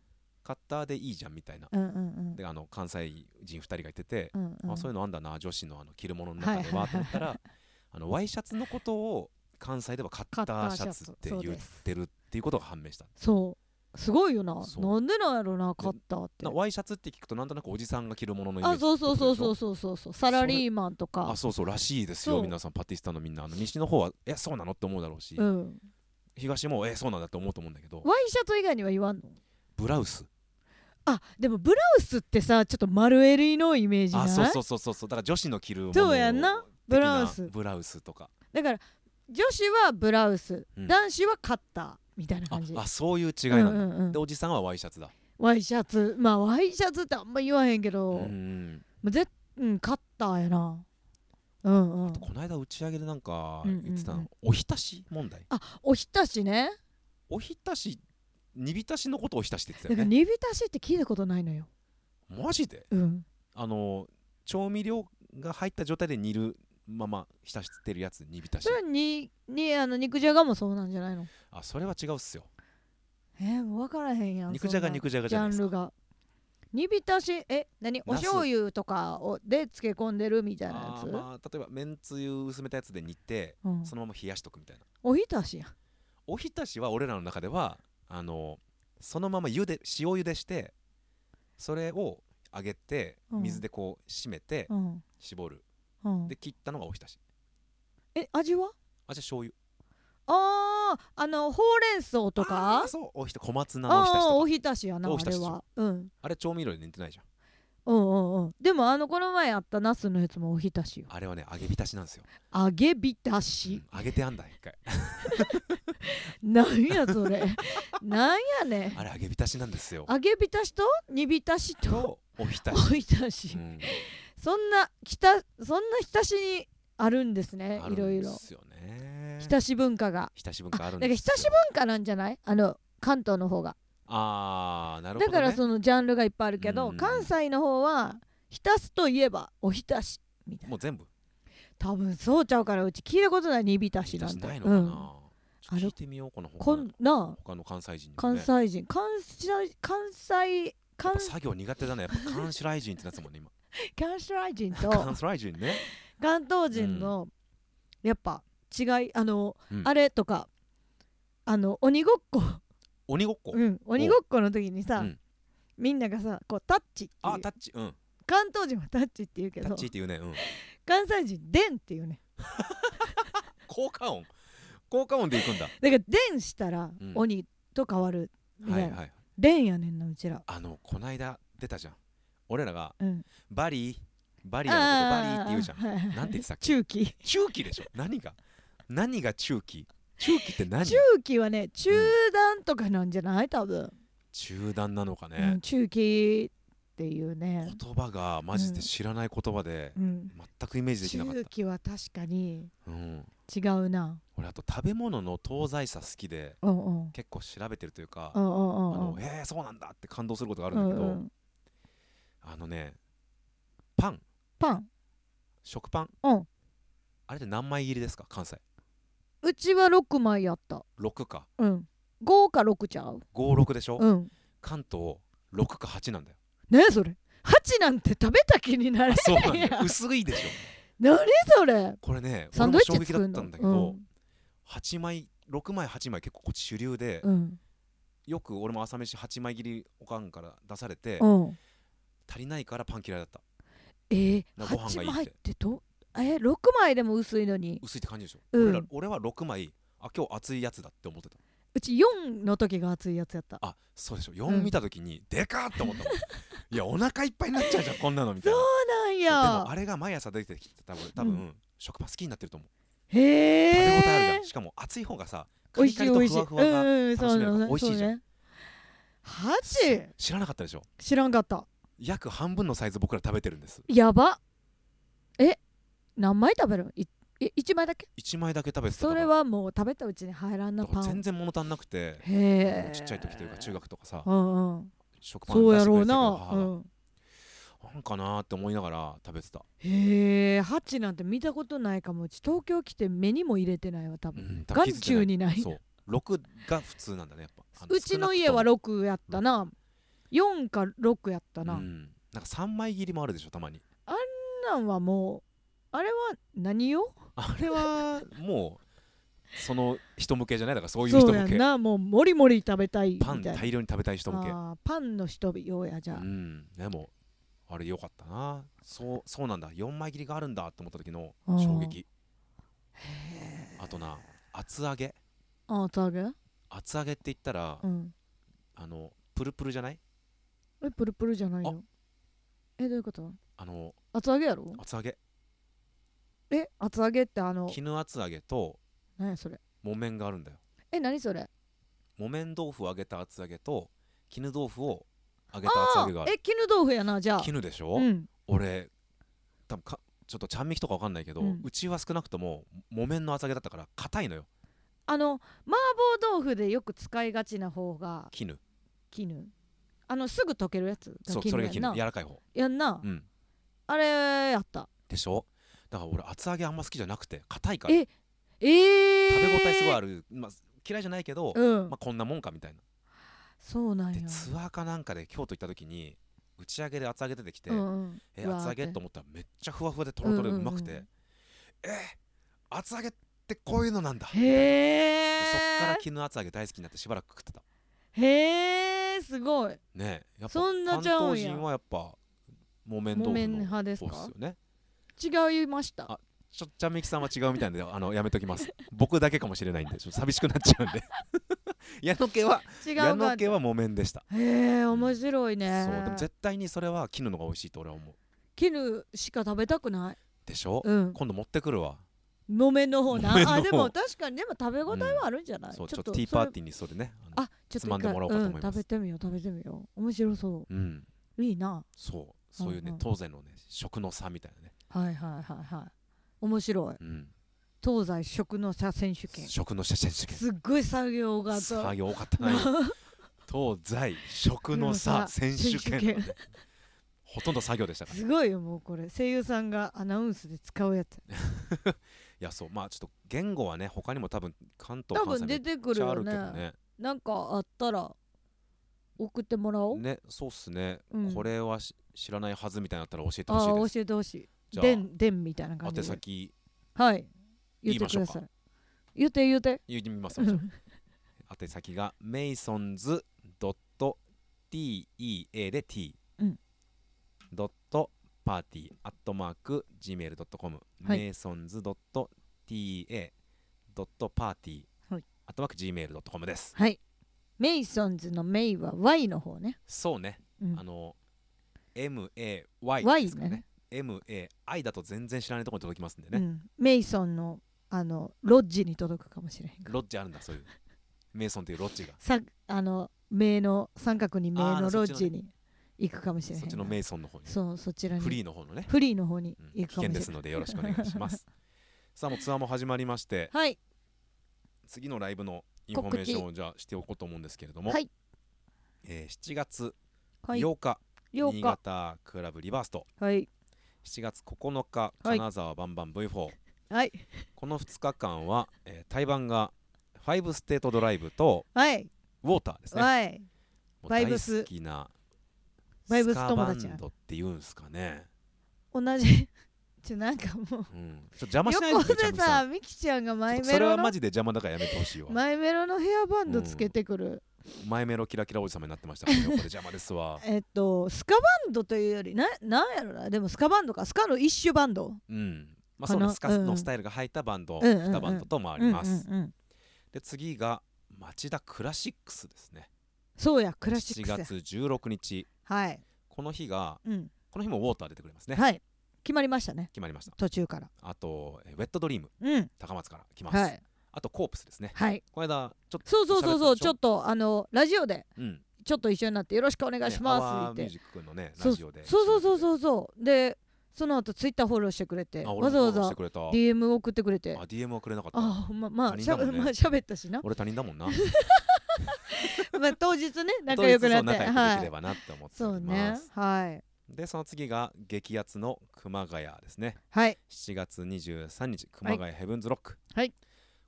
Speaker 1: カッターでいいじゃんみたいな、
Speaker 2: うんうんうん
Speaker 1: であの関西人2人が言ってて
Speaker 2: う、んうん
Speaker 1: あそういうのあんだな女子のあの着るものの中では
Speaker 2: はい
Speaker 1: と思ったら あのワイシャツのことを関西ではカッターシャツって
Speaker 2: カッターシャツそう
Speaker 1: 言
Speaker 2: で
Speaker 1: っ
Speaker 2: す
Speaker 1: てるっていうことが判明した
Speaker 2: そうすごいよな
Speaker 1: そう
Speaker 2: なんでなんやろなカッターって
Speaker 1: なワイシャツって聞くとなんとなくおじさんが着るもののイメージ
Speaker 2: あそうそうそうそう
Speaker 1: う
Speaker 2: そうそうそうサラリーマンとか
Speaker 1: あそうそうらしいですよ
Speaker 2: そう
Speaker 1: 皆さんパティスタのみんなあの西の方はえそうなのって思うだろうし、
Speaker 2: うん
Speaker 1: 東もえそうなんだって思うと思うんだけど
Speaker 2: ワイシャツ以外には言わんの
Speaker 1: ブラウス
Speaker 2: あでもブラウスってさちょっと丸襟のイメージな
Speaker 1: あ
Speaker 2: い
Speaker 1: そうそうそうそうそうだから女子の着るもの
Speaker 2: そうやんなブラウ
Speaker 1: 的な
Speaker 2: ス
Speaker 1: ブラウスとか
Speaker 2: だから女子はブラウス、
Speaker 1: うん
Speaker 2: 男子はカッターみたいな
Speaker 1: あ
Speaker 2: 感じ
Speaker 1: あそういう違いなんだ、
Speaker 2: うんうんうん
Speaker 1: でおじさんはワイシャツだ
Speaker 2: ワイシャツまあワイシャツってあんま言わへんけど、
Speaker 1: う
Speaker 2: も
Speaker 1: ん
Speaker 2: うぜうんカッターやなうんうん
Speaker 1: この間打ち上げでなんか
Speaker 2: うんうんうん
Speaker 1: 言ってたの、おひたし問題
Speaker 2: おひたしね
Speaker 1: おひたし煮浸しのことをおひたしって言っ
Speaker 2: だ
Speaker 1: て
Speaker 2: か
Speaker 1: た
Speaker 2: ら
Speaker 1: よね
Speaker 2: 煮浸しって聞いたことないのよ
Speaker 1: マジで
Speaker 2: うん
Speaker 1: あの調味料が入った状態で煮るまま浸してるやつ煮浸し
Speaker 2: それはににあの肉じゃがもそうなんじゃないの
Speaker 1: あそれは違うっすよ
Speaker 2: えー、もう分からへんやん
Speaker 1: 肉じゃが
Speaker 2: そんな
Speaker 1: 肉じゃがじ
Speaker 2: ジ
Speaker 1: ゃな
Speaker 2: ャ
Speaker 1: いです
Speaker 2: ン
Speaker 1: か
Speaker 2: ルが煮浸しえ何お
Speaker 1: ナス
Speaker 2: 醤油とかをで漬け込んでるみたいな
Speaker 1: あ
Speaker 2: やつ、
Speaker 1: ーまあ例えばめんつゆ薄めたやつで煮て
Speaker 2: うん
Speaker 1: そのまま冷やしとくみたいな
Speaker 2: おひたしやん
Speaker 1: おひたしは俺らの中ではあのそのまま茹で塩茹でしてそれを揚げて
Speaker 2: うん
Speaker 1: 水でこう締めて
Speaker 2: うん
Speaker 1: 絞る、
Speaker 2: うん
Speaker 1: で切ったのがおひたし
Speaker 2: え味は
Speaker 1: あじゃあ醤油
Speaker 2: あーあのほうれん草とか
Speaker 1: あーそうおひた小松菜のおひたし
Speaker 2: あー
Speaker 1: と
Speaker 2: お
Speaker 1: か
Speaker 2: ひた
Speaker 1: おひた
Speaker 2: しやなあ
Speaker 1: し
Speaker 2: れ
Speaker 1: でしょ
Speaker 2: は、うん、
Speaker 1: あれ調味料で煮てないじゃん
Speaker 2: うんうんうんでもあのこの前あったナスのやつもおひたしよ
Speaker 1: あれはね揚げ浸しなんですよ、
Speaker 2: 揚げ浸
Speaker 1: うん
Speaker 2: し、
Speaker 1: 揚げてあんだ一回
Speaker 2: なんやそれ なんやねん
Speaker 1: あれ揚げ浸しなんですよ
Speaker 2: 揚げ浸しと煮浸しと
Speaker 1: とおひた
Speaker 2: お
Speaker 1: し、
Speaker 2: ひたし、
Speaker 1: うん
Speaker 2: そんなきたそんな浸しにあるんですね
Speaker 1: あ
Speaker 2: い
Speaker 1: る
Speaker 2: ろ
Speaker 1: ん
Speaker 2: い
Speaker 1: で
Speaker 2: ろ
Speaker 1: すよね
Speaker 2: 浸し文化が
Speaker 1: 浸し文化あるん
Speaker 2: だから
Speaker 1: ですよ
Speaker 2: 浸し文化なんじゃないあの関東の方が、
Speaker 1: あーなるほ
Speaker 2: だ
Speaker 1: ど、ね、
Speaker 2: からそのジャンルがいっぱいあるけど、
Speaker 1: うん
Speaker 2: 関西の方は浸すといえばお浸しみたい
Speaker 1: も
Speaker 2: な
Speaker 1: う全部
Speaker 2: 多分そうちゃうからうち聞いたことない煮浸し
Speaker 1: 浸
Speaker 2: な
Speaker 1: し
Speaker 2: んて
Speaker 1: ないのかな、
Speaker 2: うん
Speaker 1: ちょっと聞いてみようかな
Speaker 2: こ
Speaker 1: 他の
Speaker 2: んなあ
Speaker 1: 他の関西人にも
Speaker 2: 関
Speaker 1: ね
Speaker 2: 西人関西関西
Speaker 1: やっ
Speaker 2: 関
Speaker 1: ぱ作業苦手だねやっぱ関西人ってなってたもんね今
Speaker 2: 関西人と
Speaker 1: 関西人ね、
Speaker 2: 関東人のやっぱ違いあの、
Speaker 1: うん
Speaker 2: あれとかあの鬼ごっこ、
Speaker 1: 鬼ごっこ、
Speaker 2: うん、鬼ごっこの時にさ、
Speaker 1: うん
Speaker 2: みんながさこうタッチって
Speaker 1: あ
Speaker 2: いう
Speaker 1: タッチうん
Speaker 2: 関東人はタッチって言うけ
Speaker 1: タッ
Speaker 2: ど
Speaker 1: チっていうね、うん、
Speaker 2: 関西人「でん」っていうね
Speaker 1: 効果音効果音でいくんだ
Speaker 2: だから「でん」したら
Speaker 1: うん
Speaker 2: 鬼と変わるみ
Speaker 1: は
Speaker 2: た
Speaker 1: い
Speaker 2: い
Speaker 1: は
Speaker 2: ない「でん」やねんなうちら。
Speaker 1: あのこないだ出たじゃん俺らが
Speaker 2: うん、
Speaker 1: バリーバ
Speaker 2: バ
Speaker 1: リアのことバリーって言 うじゃん
Speaker 2: ん
Speaker 1: なんて言ってたっけ
Speaker 2: 中期
Speaker 1: 中期でしょ何が何が中期中期って何
Speaker 2: 中期はね中断とかなんじゃない多分、
Speaker 1: 中断なのか
Speaker 2: う
Speaker 1: ね
Speaker 2: ん、中期っていうね、
Speaker 1: 言葉がマジで知らない言葉で
Speaker 2: うん、
Speaker 1: 全くイメージできなかっ
Speaker 2: 中期は確かに
Speaker 1: た、うん、
Speaker 2: 違うな
Speaker 1: 俺あと食べ物の東西差好きで
Speaker 2: うんうん
Speaker 1: 結構調べてるというか
Speaker 2: う
Speaker 1: あ
Speaker 2: んうんうん
Speaker 1: のえー、そうなんだって感動することがある
Speaker 2: うんん
Speaker 1: だけ
Speaker 2: う
Speaker 1: ど
Speaker 2: ん
Speaker 1: あのねパン
Speaker 2: パン
Speaker 1: 食パン、
Speaker 2: うん
Speaker 1: あれって何枚切りですか関西
Speaker 2: うちは6枚やった
Speaker 1: 6か
Speaker 2: うん5か6ちゃう
Speaker 1: 56でしょ、
Speaker 2: うん
Speaker 1: 関東6か8なんだよ
Speaker 2: ねそれ8なんて食べた気になれ
Speaker 1: そうなんだよ
Speaker 2: いや
Speaker 1: 薄いでしょ
Speaker 2: 何それ
Speaker 1: これね
Speaker 2: サンドイッチ作
Speaker 1: 俺
Speaker 2: る
Speaker 1: も衝撃だった
Speaker 2: の
Speaker 1: んだけど、8枚6枚8枚結構こっち主流で、
Speaker 2: うん
Speaker 1: よく俺も朝飯8枚切りおかんから出されて、
Speaker 2: うん、うん、
Speaker 1: 足りないからパン嫌いだった
Speaker 2: えー、
Speaker 1: なんかご飯がいい
Speaker 2: 8
Speaker 1: って
Speaker 2: 枚ってどえ6枚でも薄いのに
Speaker 1: 薄いって感じでしょ、
Speaker 2: うん
Speaker 1: 俺ら俺は6枚あ今日熱いやつだって思ってた
Speaker 2: うち4の時が熱いやつやった
Speaker 1: あそうでしょ
Speaker 2: う
Speaker 1: 4
Speaker 2: ん
Speaker 1: 見た時に、でかーって思ったも んいやお腹いっぱいになっちゃうじゃんこんなのみたいな
Speaker 2: そうなん
Speaker 1: そうで
Speaker 2: や
Speaker 1: もあれが毎朝出てきてたら俺多分、食パン好きになってると思う
Speaker 2: へ
Speaker 1: 食べ応えあるじ
Speaker 2: え
Speaker 1: ゃんしかも熱い方がさ
Speaker 2: 美
Speaker 1: カ
Speaker 2: 味
Speaker 1: リ
Speaker 2: し
Speaker 1: カ
Speaker 2: い
Speaker 1: リ
Speaker 2: 美
Speaker 1: と
Speaker 2: 味し
Speaker 1: ふ
Speaker 2: い
Speaker 1: わふわが、
Speaker 2: うんうんそう
Speaker 1: 楽しめるから美味しいじゃん
Speaker 2: んハチ
Speaker 1: 知らなかったでしょ
Speaker 2: 知らんかった
Speaker 1: 約半分のサイズ僕ら食べてるんです
Speaker 2: やばえ何枚食べるいえ1枚だけ
Speaker 1: 1枚だけ食べてたか
Speaker 2: そ
Speaker 1: ら
Speaker 2: れはもう食べたうちに入らんな
Speaker 1: だか
Speaker 2: パ
Speaker 1: ら全
Speaker 2: ン
Speaker 1: 然物足んなくて
Speaker 2: へえ
Speaker 1: ちっちゃい時というか中学とかさ
Speaker 2: うんうん
Speaker 1: 食パン
Speaker 2: そう
Speaker 1: 出
Speaker 2: や
Speaker 1: してく
Speaker 2: ろ
Speaker 1: れ
Speaker 2: う
Speaker 1: てたけど
Speaker 2: な
Speaker 1: 母
Speaker 2: う
Speaker 1: が
Speaker 2: ん
Speaker 1: なんかなーって思いながら食べてた、
Speaker 2: へえハチなんて見たことないかもうち東京来て目にも入れてないわ多
Speaker 1: う
Speaker 2: 分
Speaker 1: ん、多分
Speaker 2: 眼
Speaker 1: 気づいてない
Speaker 2: 中にない
Speaker 1: そう6が普通なんだねやっぱあ
Speaker 2: うちの家は
Speaker 1: 少なく
Speaker 2: 6やったな4か6やった
Speaker 1: と
Speaker 2: な、
Speaker 1: もうん、なんか3枚切りもあるでしょたまに
Speaker 2: なんなんはもうあれは何よ
Speaker 1: あれはもうその人向けじゃないだからそういう
Speaker 2: そ
Speaker 1: 人
Speaker 2: うや
Speaker 1: 向
Speaker 2: ん
Speaker 1: け
Speaker 2: なもうもりもり食べたいみた
Speaker 1: パ
Speaker 2: い
Speaker 1: ン
Speaker 2: な
Speaker 1: 大量に食べたい人向け
Speaker 2: あーパンの人よやじゃあ、
Speaker 1: うんでもあれよかったなそうそうなんだ4枚切りがあるんだって思った時の
Speaker 2: うん
Speaker 1: 衝撃あとな厚揚げ
Speaker 2: あー食べ
Speaker 1: 厚揚げって言ったら、
Speaker 2: うん
Speaker 1: あのプルプルじゃない
Speaker 2: えプルプルじゃないよえどういうこと
Speaker 1: あの
Speaker 2: 厚揚げやろ
Speaker 1: 厚揚げ
Speaker 2: え厚揚げってあの
Speaker 1: 絹厚揚げと
Speaker 2: 何やそれ
Speaker 1: 木綿があるんだよ
Speaker 2: え何それ
Speaker 1: 木綿豆腐を揚げた厚揚げと絹豆腐を揚げた厚
Speaker 2: あ
Speaker 1: 揚げがあ
Speaker 2: ー
Speaker 1: る
Speaker 2: え絹豆腐やなじゃあ
Speaker 1: 絹でしょ、
Speaker 2: うん
Speaker 1: 俺多分かちょっとちゃんみきとかわかんないけど、う
Speaker 2: うん
Speaker 1: ちは少なくとも木綿の厚揚げだったから硬いのよ
Speaker 2: あの麻婆豆腐でよく使いがちな方が
Speaker 1: 絹
Speaker 2: 絹あのすぐ溶けるやつが
Speaker 1: そうそれが
Speaker 2: やんな
Speaker 1: 絹柔らかい方
Speaker 2: やんな、
Speaker 1: うん
Speaker 2: あれやった
Speaker 1: でしょだから俺厚揚げあんま好きじゃなくて硬いから
Speaker 2: え
Speaker 1: 食
Speaker 2: えー、
Speaker 1: べ応えすごいあ
Speaker 2: る
Speaker 1: る、まあ、嫌いじゃないけど、
Speaker 2: うん、
Speaker 1: まあ、こんなもんかみたいな
Speaker 2: そうなん
Speaker 1: で
Speaker 2: や
Speaker 1: ツアーかなんかで京都行った時に打ち上げで厚揚げ出てきて、
Speaker 2: うんうん、
Speaker 1: え
Speaker 2: うわー
Speaker 1: 厚揚げ
Speaker 2: って
Speaker 1: と思ったらめっちゃふわふわでとろとろでうまくて、
Speaker 2: うんうんうん
Speaker 1: え厚揚げってこういうのなんだみたいな
Speaker 2: へ
Speaker 1: でそっから
Speaker 2: え
Speaker 1: 絹厚揚げ大好きになってしばらく食ってた
Speaker 2: へえすごい
Speaker 1: ねえやっぱ
Speaker 2: そんなちゃうん
Speaker 1: 関
Speaker 2: や
Speaker 1: 東人はやっぱ木綿
Speaker 2: 木
Speaker 1: 豆腐
Speaker 2: 綿
Speaker 1: の
Speaker 2: 派です
Speaker 1: 方っ
Speaker 2: か
Speaker 1: すよね
Speaker 2: 違いました
Speaker 1: あちょっとちゃんみきさんは違うみたいなんであのやめときます僕だけかもしれないんでちょっと寂しくなっちゃうんで 矢野家は
Speaker 2: 違う
Speaker 1: 矢
Speaker 2: か
Speaker 1: 野家は木綿でした、
Speaker 2: へえ面白いね
Speaker 1: そうでも絶対にそれは絹のが美味しいと俺は思う
Speaker 2: 絹しか食べたくない
Speaker 1: でしょ、
Speaker 2: うん
Speaker 1: 今度持ってくるわ、
Speaker 2: 木綿の方な
Speaker 1: 木綿の方
Speaker 2: あでも確かにでも食べ応えはあるんじゃない、
Speaker 1: そうちょっとティーパーティーにそれねあの
Speaker 2: あちょ
Speaker 1: つ
Speaker 2: っと
Speaker 1: まんでもらおうかと思います
Speaker 2: ん、食べてみよう食べてみよう面白そ
Speaker 1: うん
Speaker 2: ういいな
Speaker 1: そうそういうね、
Speaker 2: うんうん
Speaker 1: 東西のね食の差みたいなね、
Speaker 2: はいはいはいはい面白い
Speaker 1: うん、
Speaker 2: 東西食の差選手権
Speaker 1: 食の写真試験
Speaker 2: すっごい作業が
Speaker 1: さあ
Speaker 2: と
Speaker 1: よかったな 今東西食の差選手
Speaker 2: 選手
Speaker 1: 権
Speaker 2: 権
Speaker 1: のねほとんど作業でしたから、ね、
Speaker 2: すごいよもうこれ声優さんがアナウンスで使うやつ
Speaker 1: いやそうまあちょっと言語はね他にも多分関東
Speaker 2: 多
Speaker 1: 関西
Speaker 2: 分
Speaker 1: め
Speaker 2: 出
Speaker 1: って
Speaker 2: くる
Speaker 1: ちゃあ
Speaker 2: よ
Speaker 1: るけ
Speaker 2: ね
Speaker 1: どね
Speaker 2: なんかあったら教送ってもらおう、
Speaker 1: ねそうっすね、
Speaker 2: うん
Speaker 1: これはし知らないはずみたいなのあったら教えて
Speaker 2: ああ
Speaker 1: ほしいです
Speaker 2: 教えてほし
Speaker 1: じ
Speaker 2: い
Speaker 1: ゃあ
Speaker 2: でんでんみたいな感じ
Speaker 1: 宛
Speaker 2: で
Speaker 1: 先
Speaker 2: はい
Speaker 1: 言
Speaker 2: 言
Speaker 1: い
Speaker 2: って
Speaker 1: まし
Speaker 2: く
Speaker 1: ょう
Speaker 2: だ
Speaker 1: か
Speaker 2: さい言って言って
Speaker 1: 言ってみます
Speaker 2: うん
Speaker 1: 宛先がメイソンズ .tea で t
Speaker 2: うん
Speaker 1: ドットパーティーアットマーク gmail.com
Speaker 2: はい
Speaker 1: メイソンズ .ta ドットパーティー
Speaker 2: はい
Speaker 1: アットマーク gmail.com です
Speaker 2: はいメイソンズのメイは Y の方ね、
Speaker 1: そうね
Speaker 2: うん
Speaker 1: あの MAY
Speaker 2: Y
Speaker 1: ですからね
Speaker 2: ね
Speaker 1: MAI だと全然知らないところに届きますんで
Speaker 2: う
Speaker 1: ね
Speaker 2: ん、メイソンのあのロッジに届くかもしれへんから
Speaker 1: ロッジあるんだそういうメイソンっていうロッジが
Speaker 2: さあの名の三角に名
Speaker 1: あー
Speaker 2: の
Speaker 1: そ
Speaker 2: ロ
Speaker 1: っ
Speaker 2: ッ
Speaker 1: ちのね
Speaker 2: ジに行くかもしれへん
Speaker 1: そっ
Speaker 2: か
Speaker 1: ち
Speaker 2: ら
Speaker 1: のメイソンの方に
Speaker 2: そうそちらに
Speaker 1: フリーの方のね
Speaker 2: フリーの方に
Speaker 1: うん危
Speaker 2: 行く
Speaker 1: 険
Speaker 2: かもしれない、
Speaker 1: ですのでよろしくお願いし ます。さあもうツアーも始まりまして
Speaker 2: はい
Speaker 1: 次のライブのインフォメーションをじゃあしておこうと思うんですけれども、
Speaker 2: はい
Speaker 1: えー7月
Speaker 2: はい
Speaker 1: 8日、
Speaker 2: 8
Speaker 1: 新
Speaker 2: 日
Speaker 1: 潟クラブリバースト
Speaker 2: はい
Speaker 1: 7月9日
Speaker 2: はい
Speaker 1: 金沢バンバン V4、
Speaker 2: はい
Speaker 1: この2日間は、えー対バンが5ステートドライブと
Speaker 2: はい
Speaker 1: ウォーターですね
Speaker 2: はい
Speaker 1: もう
Speaker 2: バ
Speaker 1: 大
Speaker 2: イブス
Speaker 1: 好きな
Speaker 2: バイブス
Speaker 1: カ
Speaker 2: 友
Speaker 1: バ
Speaker 2: 達や
Speaker 1: ンドっていうんですかね、
Speaker 2: 同じ ちょなんか
Speaker 1: う
Speaker 2: も
Speaker 1: ん、ちょっと邪
Speaker 2: う
Speaker 1: 魔しないでく
Speaker 2: 横
Speaker 1: れちゃ
Speaker 2: で
Speaker 1: ん
Speaker 2: さ
Speaker 1: さ
Speaker 2: ミキちゃんがマイ
Speaker 1: んそ
Speaker 2: メ
Speaker 1: れは
Speaker 2: ロ
Speaker 1: マ
Speaker 2: の
Speaker 1: ジで邪魔だからやめてほ しいわ
Speaker 2: マイメロのヘアバンドつけてくる、
Speaker 1: 前メロキラキラおじさまになってましたからね、横で邪魔です わ。
Speaker 2: えっとスカバンドというよりななんやろなでもスカバンドかスカの一種バンド
Speaker 1: うん。まあ、
Speaker 2: か
Speaker 1: そ
Speaker 2: な
Speaker 1: のスカ
Speaker 2: うん
Speaker 1: のスタイルが入ったバンド、
Speaker 2: うんうんうん
Speaker 1: 2バンドともあります。
Speaker 2: うんうんうん
Speaker 1: で、次が町田クラシックスですね。
Speaker 2: そうやクラシック
Speaker 1: 7
Speaker 2: スや
Speaker 1: 月16日、
Speaker 2: はい、
Speaker 1: この日が、
Speaker 2: うん
Speaker 1: この日もウォーター出てくれますね。
Speaker 2: はい決まりましたね
Speaker 1: 決まりました。
Speaker 2: 途中から
Speaker 1: あと、えーウェットドリーム、
Speaker 2: うん
Speaker 1: 高松から来ます。
Speaker 2: はい
Speaker 1: あと、コープスですね。
Speaker 2: はい
Speaker 1: この間、ちょっと、
Speaker 2: そうそうそうそう
Speaker 1: 喋ったでしょ
Speaker 2: ちょっとあのラジオで
Speaker 1: うん。
Speaker 2: ちょっと一緒になってよろしくお願いします
Speaker 1: ねアワー
Speaker 2: って
Speaker 1: ミュ
Speaker 2: 言
Speaker 1: ー
Speaker 2: って
Speaker 1: ジックのね、
Speaker 2: そ
Speaker 1: ラ
Speaker 2: う
Speaker 1: ジオで。
Speaker 2: そうそうそうそうそうでその後ツイッターフォローしてくれて
Speaker 1: あ
Speaker 2: わ
Speaker 1: 俺も
Speaker 2: ざ
Speaker 1: フォロー
Speaker 2: わ
Speaker 1: し
Speaker 2: ざ
Speaker 1: てくれた。
Speaker 2: DM 送ってくれて
Speaker 1: あ、DM はくれなかった。
Speaker 2: あほんまま
Speaker 1: 他
Speaker 2: あ
Speaker 1: 人
Speaker 2: しゃ,、
Speaker 1: だもんね
Speaker 2: まあ、しゃべ ったしな
Speaker 1: 俺他人だもんな。
Speaker 2: まあ当日ね仲良
Speaker 1: とりあえず
Speaker 2: くなって
Speaker 1: そう仲良くでき
Speaker 2: は
Speaker 1: れ
Speaker 2: い
Speaker 1: ばなって思って
Speaker 2: そ
Speaker 1: お
Speaker 2: う
Speaker 1: りま
Speaker 2: ね
Speaker 1: す。
Speaker 2: はい
Speaker 1: でその次が激アツの熊谷ですね
Speaker 2: はい
Speaker 1: 7月23日熊谷ヘブンズロック、
Speaker 2: はい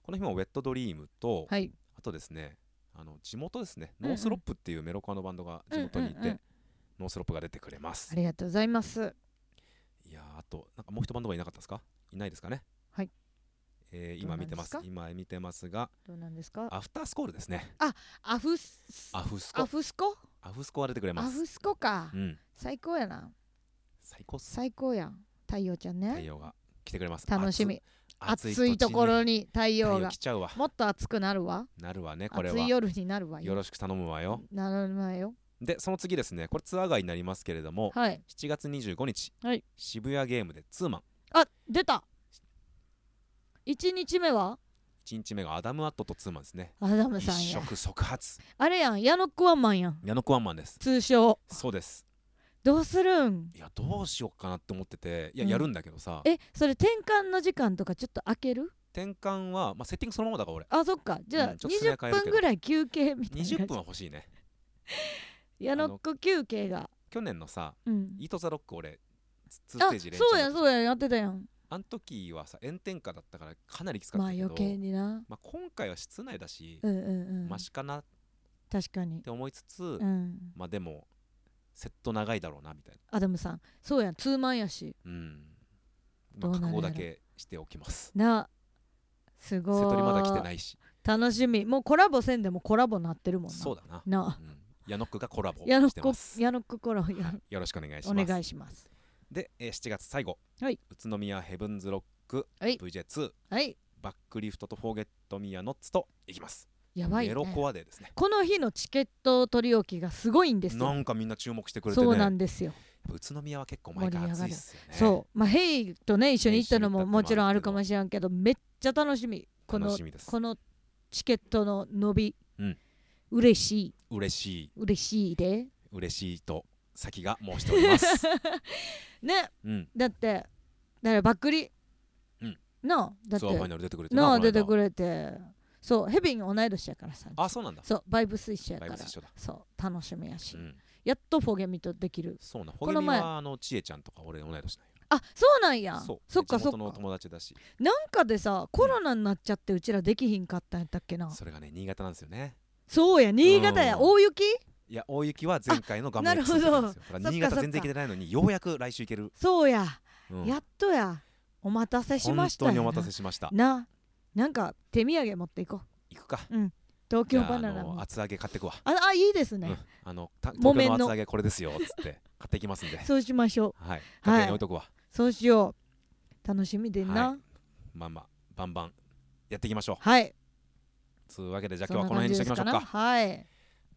Speaker 1: この日もウェットドリームと、
Speaker 2: はい
Speaker 1: あとですねあの地元ですね、
Speaker 2: うんうん
Speaker 1: ノースロップっていうメロコアのバンドが地元にいて、
Speaker 2: うんうんうん
Speaker 1: ノースロップが出てくれます
Speaker 2: ありがとうございます
Speaker 1: いやーあとなんかもう一バンドがいなかったですかいないですかね
Speaker 2: はい、
Speaker 1: えー今見てます
Speaker 2: どうなん
Speaker 1: 今見てますが
Speaker 2: どうなんですか
Speaker 1: アフタースコールですね
Speaker 2: アフス
Speaker 1: アフスコ
Speaker 2: アフスコ
Speaker 1: アフスコは出てくれ
Speaker 2: ア
Speaker 1: ます
Speaker 2: フスコか
Speaker 1: うん
Speaker 2: 最高やな
Speaker 1: 最高っす
Speaker 2: 最高やん太陽ちゃん
Speaker 1: 太
Speaker 2: ね
Speaker 1: 陽が来てくれます
Speaker 2: 楽しみ
Speaker 1: 暑
Speaker 2: 暑いところ
Speaker 1: に
Speaker 2: に太
Speaker 1: 太
Speaker 2: 陽
Speaker 1: 陽
Speaker 2: が
Speaker 1: 来ちゃうわ
Speaker 2: もっと暑くなるわ
Speaker 1: なるわねこれ
Speaker 2: 暑
Speaker 1: はい
Speaker 2: 夜になるわ
Speaker 1: よろしく頼むわよ。
Speaker 2: なるわよ
Speaker 1: で、その次ですね、これツアー外になりますけれども、
Speaker 2: はい
Speaker 1: 7月25日、
Speaker 2: はい
Speaker 1: 渋谷ゲームでツーマン、
Speaker 2: あ出た1日目は
Speaker 1: 1日目がアダム・アットとツーマンですね。
Speaker 2: アダム
Speaker 1: 一
Speaker 2: さんや
Speaker 1: 触即発、
Speaker 2: あれやん矢野クワマンやん
Speaker 1: 矢野コアンマンです。
Speaker 2: 通称
Speaker 1: そうです。
Speaker 2: どうするん
Speaker 1: いや、どうしようかなって思ってて、いや、
Speaker 2: うん
Speaker 1: やるんだけどさ、
Speaker 2: えそれ転換の時間とかちょっと開ける
Speaker 1: 転換は、まあ、セッティングそのままだから俺、
Speaker 2: あそっかじゃあ
Speaker 1: うんちょっとすね
Speaker 2: 20
Speaker 1: 変えるけど
Speaker 2: 分ぐらい休憩みたいな
Speaker 1: 20分は欲しいね。
Speaker 2: 矢野ク休憩が
Speaker 1: 去年のさ、
Speaker 2: うん
Speaker 1: イート・ザ・ロック俺、ツ2ス
Speaker 2: あ
Speaker 1: テージ連
Speaker 2: そうやん
Speaker 1: ん
Speaker 2: そうやんやってたやん
Speaker 1: あの時はさ、炎天下だったからかなりきつかっ
Speaker 2: まあ
Speaker 1: たけど、
Speaker 2: 余計にな
Speaker 1: まあ、今回は室内だし、
Speaker 2: うんうんう
Speaker 1: マ
Speaker 2: ん
Speaker 1: シかなっ
Speaker 2: 確かに
Speaker 1: て思いつつ、
Speaker 2: うん
Speaker 1: まあでもセット長いだろうなみたい
Speaker 2: アダムさんそうやんツーマンやし
Speaker 1: なうんま
Speaker 2: ど
Speaker 1: あ
Speaker 2: うな
Speaker 1: 覚
Speaker 2: るやろ
Speaker 1: 悟だけしておきます
Speaker 2: なす
Speaker 1: セ
Speaker 2: ごい
Speaker 1: トリまだ来てないし
Speaker 2: 楽しみもうコラボせんでもコラボなってるもんな
Speaker 1: そうだな、
Speaker 2: な
Speaker 1: うん、ヤノックがコラボ
Speaker 2: 矢野
Speaker 1: して
Speaker 2: 子
Speaker 1: ます
Speaker 2: 矢野子コラボ
Speaker 1: は
Speaker 2: や
Speaker 1: いよろしくお願いし
Speaker 2: お
Speaker 1: ます
Speaker 2: 願いします
Speaker 1: で、えー7月最後、
Speaker 2: はい
Speaker 1: 宇都宮ヘブンズロック、
Speaker 2: はい
Speaker 1: VJ2
Speaker 2: はい
Speaker 1: バックリフトとフォーゲットミアノッツといきます
Speaker 2: やばい、
Speaker 1: メ
Speaker 2: ね、
Speaker 1: ロ
Speaker 2: こ
Speaker 1: コアデーですね
Speaker 2: の日のチケット取り置きがすごいんですよ
Speaker 1: なんかみんな注目してくれてね
Speaker 2: そうなんですよ、
Speaker 1: やっぱ宇都宮は結構毎回暑いっすよね
Speaker 2: そうまあヘイとね一緒に行ったの
Speaker 1: 一緒に行ったっての
Speaker 2: も
Speaker 1: もあるけど
Speaker 2: もちろんあるかもしれんけどめっちゃ楽しみこ
Speaker 1: 楽
Speaker 2: の
Speaker 1: しみです
Speaker 2: このチケットの伸び、
Speaker 1: うん
Speaker 2: 嬉しい
Speaker 1: 嬉しい
Speaker 2: 嬉しいで
Speaker 1: 嬉しいと先が申しております
Speaker 2: ね
Speaker 1: うん
Speaker 2: だってだからバックリ、
Speaker 1: うん
Speaker 2: なあだっ
Speaker 1: ツアーファイ
Speaker 2: て
Speaker 1: ナル出てくれて
Speaker 2: なあ
Speaker 1: この間
Speaker 2: 出てくれてそうヘビン同い年やからさ
Speaker 1: あそうなんだ
Speaker 2: そうバイブス一緒や
Speaker 1: バ
Speaker 2: か
Speaker 1: イ
Speaker 2: ら
Speaker 1: ブス一緒だ、
Speaker 2: そう楽しみやし、
Speaker 1: うん、
Speaker 2: やっとフォゲミとできる
Speaker 1: そうなほ
Speaker 2: こ
Speaker 1: げ
Speaker 2: の
Speaker 1: み
Speaker 2: 前
Speaker 1: はあのちえちゃんとか俺同い年なんよ
Speaker 2: あそうなんや
Speaker 1: そう
Speaker 2: っか
Speaker 1: 地
Speaker 2: そっ
Speaker 1: 元の
Speaker 2: か
Speaker 1: 友達だし
Speaker 2: なんかでさコロナになっちゃってうちらできひんかったんやったっけな、
Speaker 1: それがね新潟なんですよね
Speaker 2: そうや新潟や、
Speaker 1: うん
Speaker 2: 大雪
Speaker 1: いや大雪は前回の我慢
Speaker 2: なるほど
Speaker 1: だから
Speaker 2: そっか
Speaker 1: 新潟全然行けてないのにようやく来週行ける、
Speaker 2: そうや、
Speaker 1: うん
Speaker 2: やっとやお待たせしました
Speaker 1: 本当
Speaker 2: や
Speaker 1: にお待たせしました
Speaker 2: ななんか手土産持っていこう
Speaker 1: 行くか
Speaker 2: 東
Speaker 1: じ
Speaker 2: 京
Speaker 1: ゃあ
Speaker 2: バ
Speaker 1: あ
Speaker 2: ナナも
Speaker 1: の厚揚げ買ってくわ、
Speaker 2: ああいいです
Speaker 1: うん
Speaker 2: ね、
Speaker 1: あのた
Speaker 2: 木
Speaker 1: 東
Speaker 2: 綿
Speaker 1: 京
Speaker 2: の
Speaker 1: の厚揚げこれですよつって買ってきますんで
Speaker 2: そうしましょう
Speaker 1: はい
Speaker 2: はい
Speaker 1: 家庭に置いとくわ、
Speaker 2: そうしよう楽しみでんな
Speaker 1: はまあまあバンバンやっていきましょ
Speaker 2: はい、
Speaker 1: うつうわけでじゃあ
Speaker 2: そ
Speaker 1: 今
Speaker 2: ん
Speaker 1: 日は
Speaker 2: な
Speaker 1: この
Speaker 2: 感
Speaker 1: 辺に
Speaker 2: じ
Speaker 1: し
Speaker 2: で
Speaker 1: てお
Speaker 2: す
Speaker 1: きましょうか
Speaker 2: はい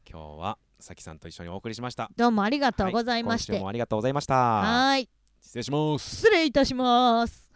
Speaker 1: 今日はさきさんと一緒にお送りしました
Speaker 2: どうもありがとうございまし
Speaker 1: は
Speaker 2: て
Speaker 1: 今週もありがとうございました
Speaker 2: はい
Speaker 1: 失礼します
Speaker 2: 失礼いたします